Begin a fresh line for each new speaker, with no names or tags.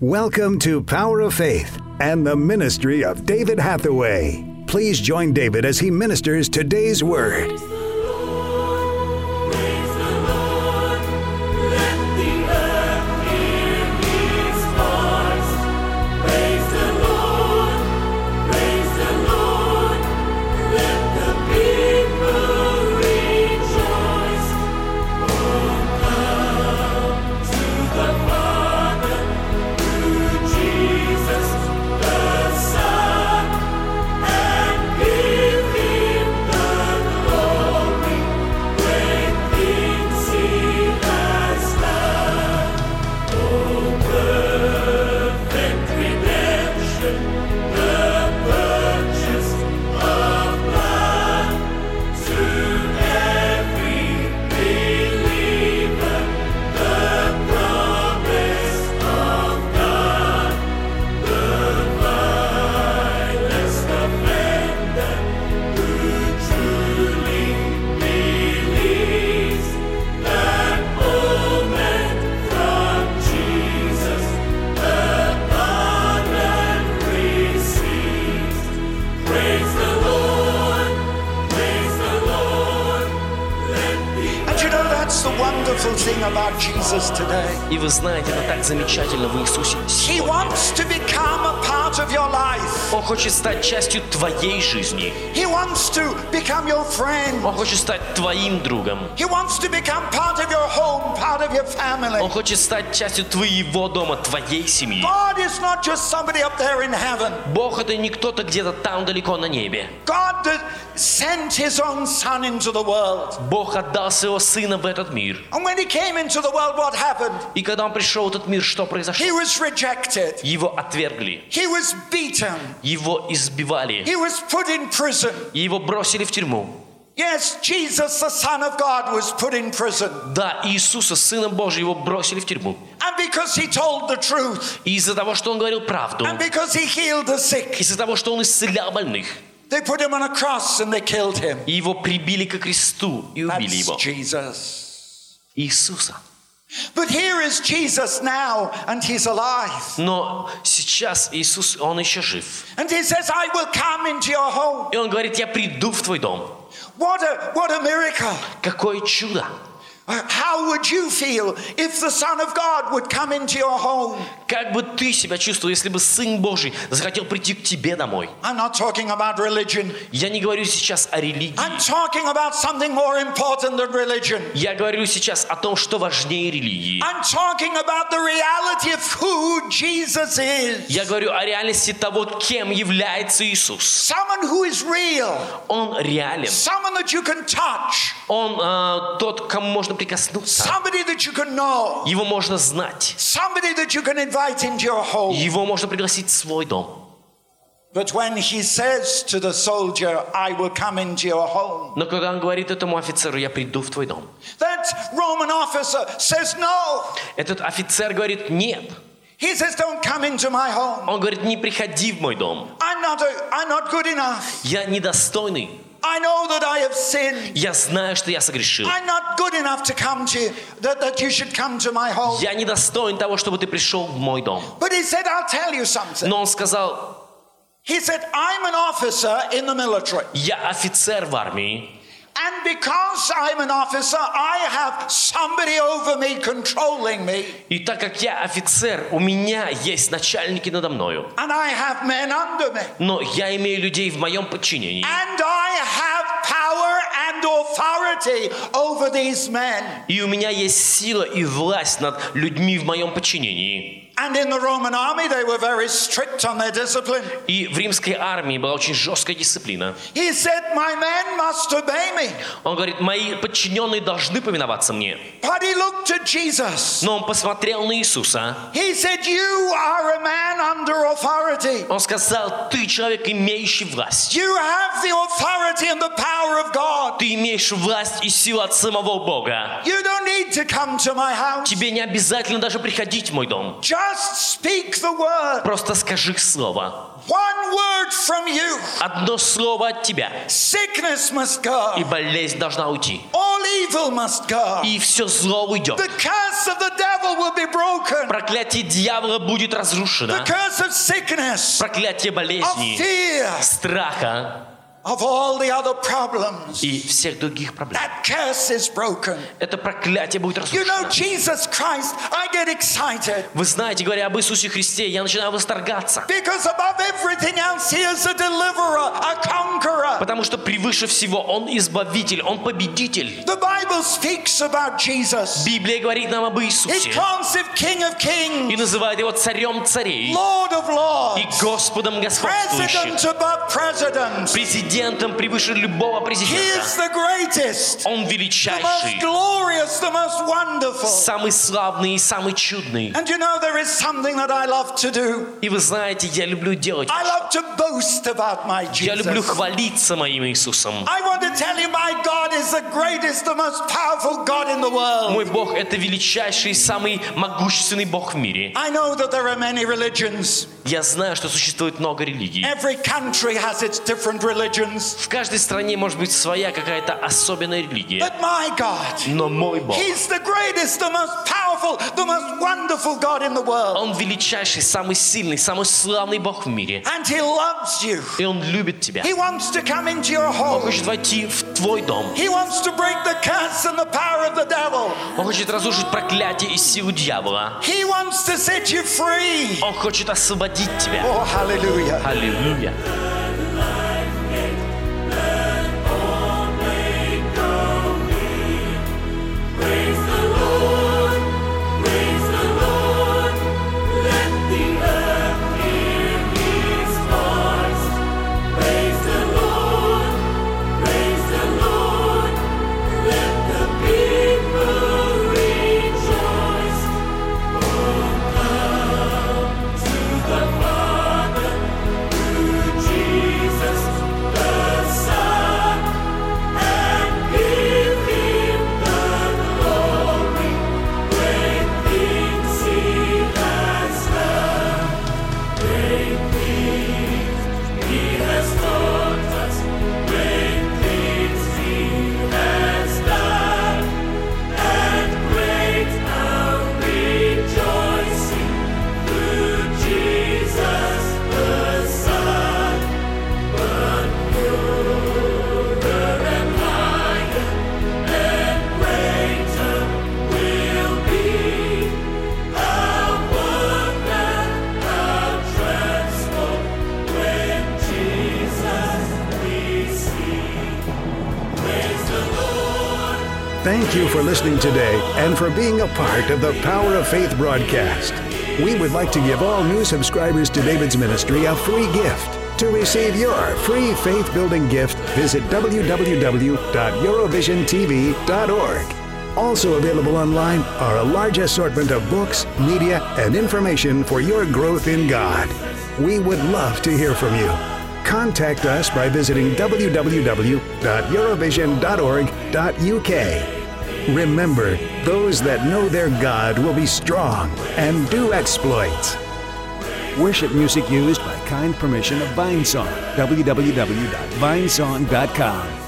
Welcome to Power of Faith and the ministry of David Hathaway. Please join David as he ministers today's word.
Praise the Lord, praise the Lord, let the earth hear his voice. Praise the Lord, praise the Lord, let the people rejoice. Oh, come to the Father through Jesus the Son and give him the glory, great things he has done. Oh, perfect redemption, the purchase of blood to every believer, the promise of God, violence defender who truly believes that moment from Jesus the pardon receives. Praise the Lord, praise the Lord, let the
And you know, that's the wonderful thing about Jesus today.
И вы знаете, это так замечательно в Иисусе.
He wants to become a part of your life.
Он хочет стать частью твоей жизни.
He wants to become your friend.
Он хочет стать твоим другом.
He wants to become part of your home, part of your
Он
family.
хочет стать частью твоего дома, твоей семьи.
God is not just somebody up there in heaven.
Бог это не кто-то где-то там далеко на небе.
God that sent his own son into the world.
Бог отдал своего сына в этот мир.
And when he came into the world, what happened?
И когда он пришел в этот мир, что
He
произошло?
was rejected.
Его отвергли,
He was beaten.
его избивали,
He was put in prison.
и его бросили в тюрьму.
Yes, Jesus, the Son of God, was put in prison.
Да, Иисуса, Сына Божьего, его бросили в тюрьму.
And because he told the truth,
И из-за того, что он говорил правду,
and because he healed the sick,
из-за того, что он исцелял больных,
they put him on a cross and they killed him.
и его прибили к кресту и убили
That's
его.
Jesus.
Иисуса.
But here is Jesus now, and he's alive.
Но сейчас Иисус, Он еще жив.
And he says, I will come into your home.
И Он говорит, я приду в твой дом.
What a, what a miracle. Uh,
Какое чудо!
How would you feel if the Son of God would come into your home?
Как бы ты себя чувствовал, если бы Сын Божий захотел прийти к тебе домой?
I'm not talking about religion.
Я не говорю сейчас о религии.
I'm talking about something more important than religion.
Я говорю сейчас о том, что важнее религии.
I'm talking about the reality of who Jesus is.
Я говорю о реальности того, кем является Иисус.
Someone who is real.
Он реален.
someone that you can touch,
Он э, тот, к кому можно прикоснуться.
somebody that you can know,
Его можно знать.
somebody that you can invite into your home.
Его можно пригласить в свой дом.
But when he says to the soldier, I will come into your home,
Но когда он говорит этому офицеру, я приду в твой дом,
that Roman officer says, No.
этот офицер говорит, нет,
He says, Don't come into my home.
Он говорит, не приходи в мой дом.
I'm not, a, I'm not good enough.
Я недостойный.
I know that I have sinned.
Я знаю, что я согрешил.
I'm not good enough to come to you, that, that you should come to my home.
Я недостоин того, чтобы ты пришел в мой дом.
But he said, I'll tell you something.
Но он сказал,
He said, I'm an officer in the military.
я офицер в армии.
And because I'm an officer, I have somebody over me controlling me.
И так как я офицер, у меня есть начальники надо мною.
And I have men under me.
Но я имею людей в моем подчинении.
And I have power and authority over these men.
И у меня есть сила и власть над людьми в моем подчинении.
And in the Roman army, they were very strict on their discipline.
И в римской армии была очень жесткая дисциплина.
He said, My men must obey me.
Он говорит, мои подчиненные должны повиноваться мне.
But he looked at Jesus.
Но он посмотрел на Иисуса
He said, You are a man under authority.
Он сказал, ты человек, имеющий власть.
You have the authority and the power of God.
Ты имеешь власть и силу от самого Бога.
You don't need to come to my house.
Тебе не обязательно даже приходить в мой дом.
Just speak the word.
Просто скажи слово.
One word from you.
Одно слово от тебя,
Sickness must
и
go.
болезнь должна уйти.
All evil must go.
и все зло уйдет.
The curse of the devil will be broken.
Проклятие дьявола будет
The
разрушено.
curse of sickness,
Проклятие
of
болезни,
fear,
страха
of all the other problems.
и всех других проблем.
That curse is broken.
Это проклятие будет
You know,
разрушено.
Jesus Christ, I get excited
Вы знаете, говоря об Иисусе Христе, я начинаю восторгаться.
because above everything else, He is a deliverer, a conqueror.
Потому что превыше всего Он избавитель, Он победитель.
The Bible speaks about Jesus.
Библия говорит нам об
It
Иисусе
calls Him King of
и
Kings,
называет Его царем царей
Lord of
и
Lords,
Господом
President
господствующих,
above presidents.
президентом превыше любого
He is
президента.
the greatest,
Он
the most
величайший,
glorious, the most wonderful.
самый славный и самый чудный.
And you know, there is something that I love to do.
И вы знаете, я люблю делать.
I love to boast about my
Я люблю
Jesus.
хвалиться моим Иисусом.
I want to tell you, my God is the greatest, the most powerful God in the world.
Мой Бог – это величайший и самый могущественный Бог в мире.
I know that there are many religions.
Я знаю, что существует много религий.
Every country has its different religions.
В каждой стране может быть своя какая-то особенная религия.
But my God,
Но мой Бог,
He's the greatest, the most powerful, the most wonderful God in the world.
Он величайший, самый сильный, самый славный Бог в мире.
And He loves you.
И Он любит тебя.
He wants to come into your
Он
home.
хочет войти в твой дом.
He wants to break the curse and the power of the devil.
Он хочет разрушить проклятие и силу дьявола.
He wants to set you free.
Он хочет освободить тебя.
Oh, hallelujah.
Аллилуйя.
Praise the Lord, praise the Lord, let the earth hear his voice. Praise the Lord, praise the Lord, let the people rejoice. Oh, come to the Father through Jesus the Son and give him the glory. Great things he has done. Great things he has taught us. Great things he has done. And great our rejoicing through Jesus the Son. But purer and higher and greater will be our work and our transport when Jesus we see. Praise the Lord.
Thank you for listening today and for being a part of the Power of Faith broadcast. We would like to give all new subscribers to David's ministry a free gift. To receive your free faith building gift, visit www.eurovisiontv.org. Also available online are a large assortment of books, media, and information for your growth in God. We would love to hear from you. Contact us by visiting www.eurovision.org.uk. Remember, those that know their God will be strong and do exploits. Worship music used by kind permission of Vinesong. www.vinesong.com.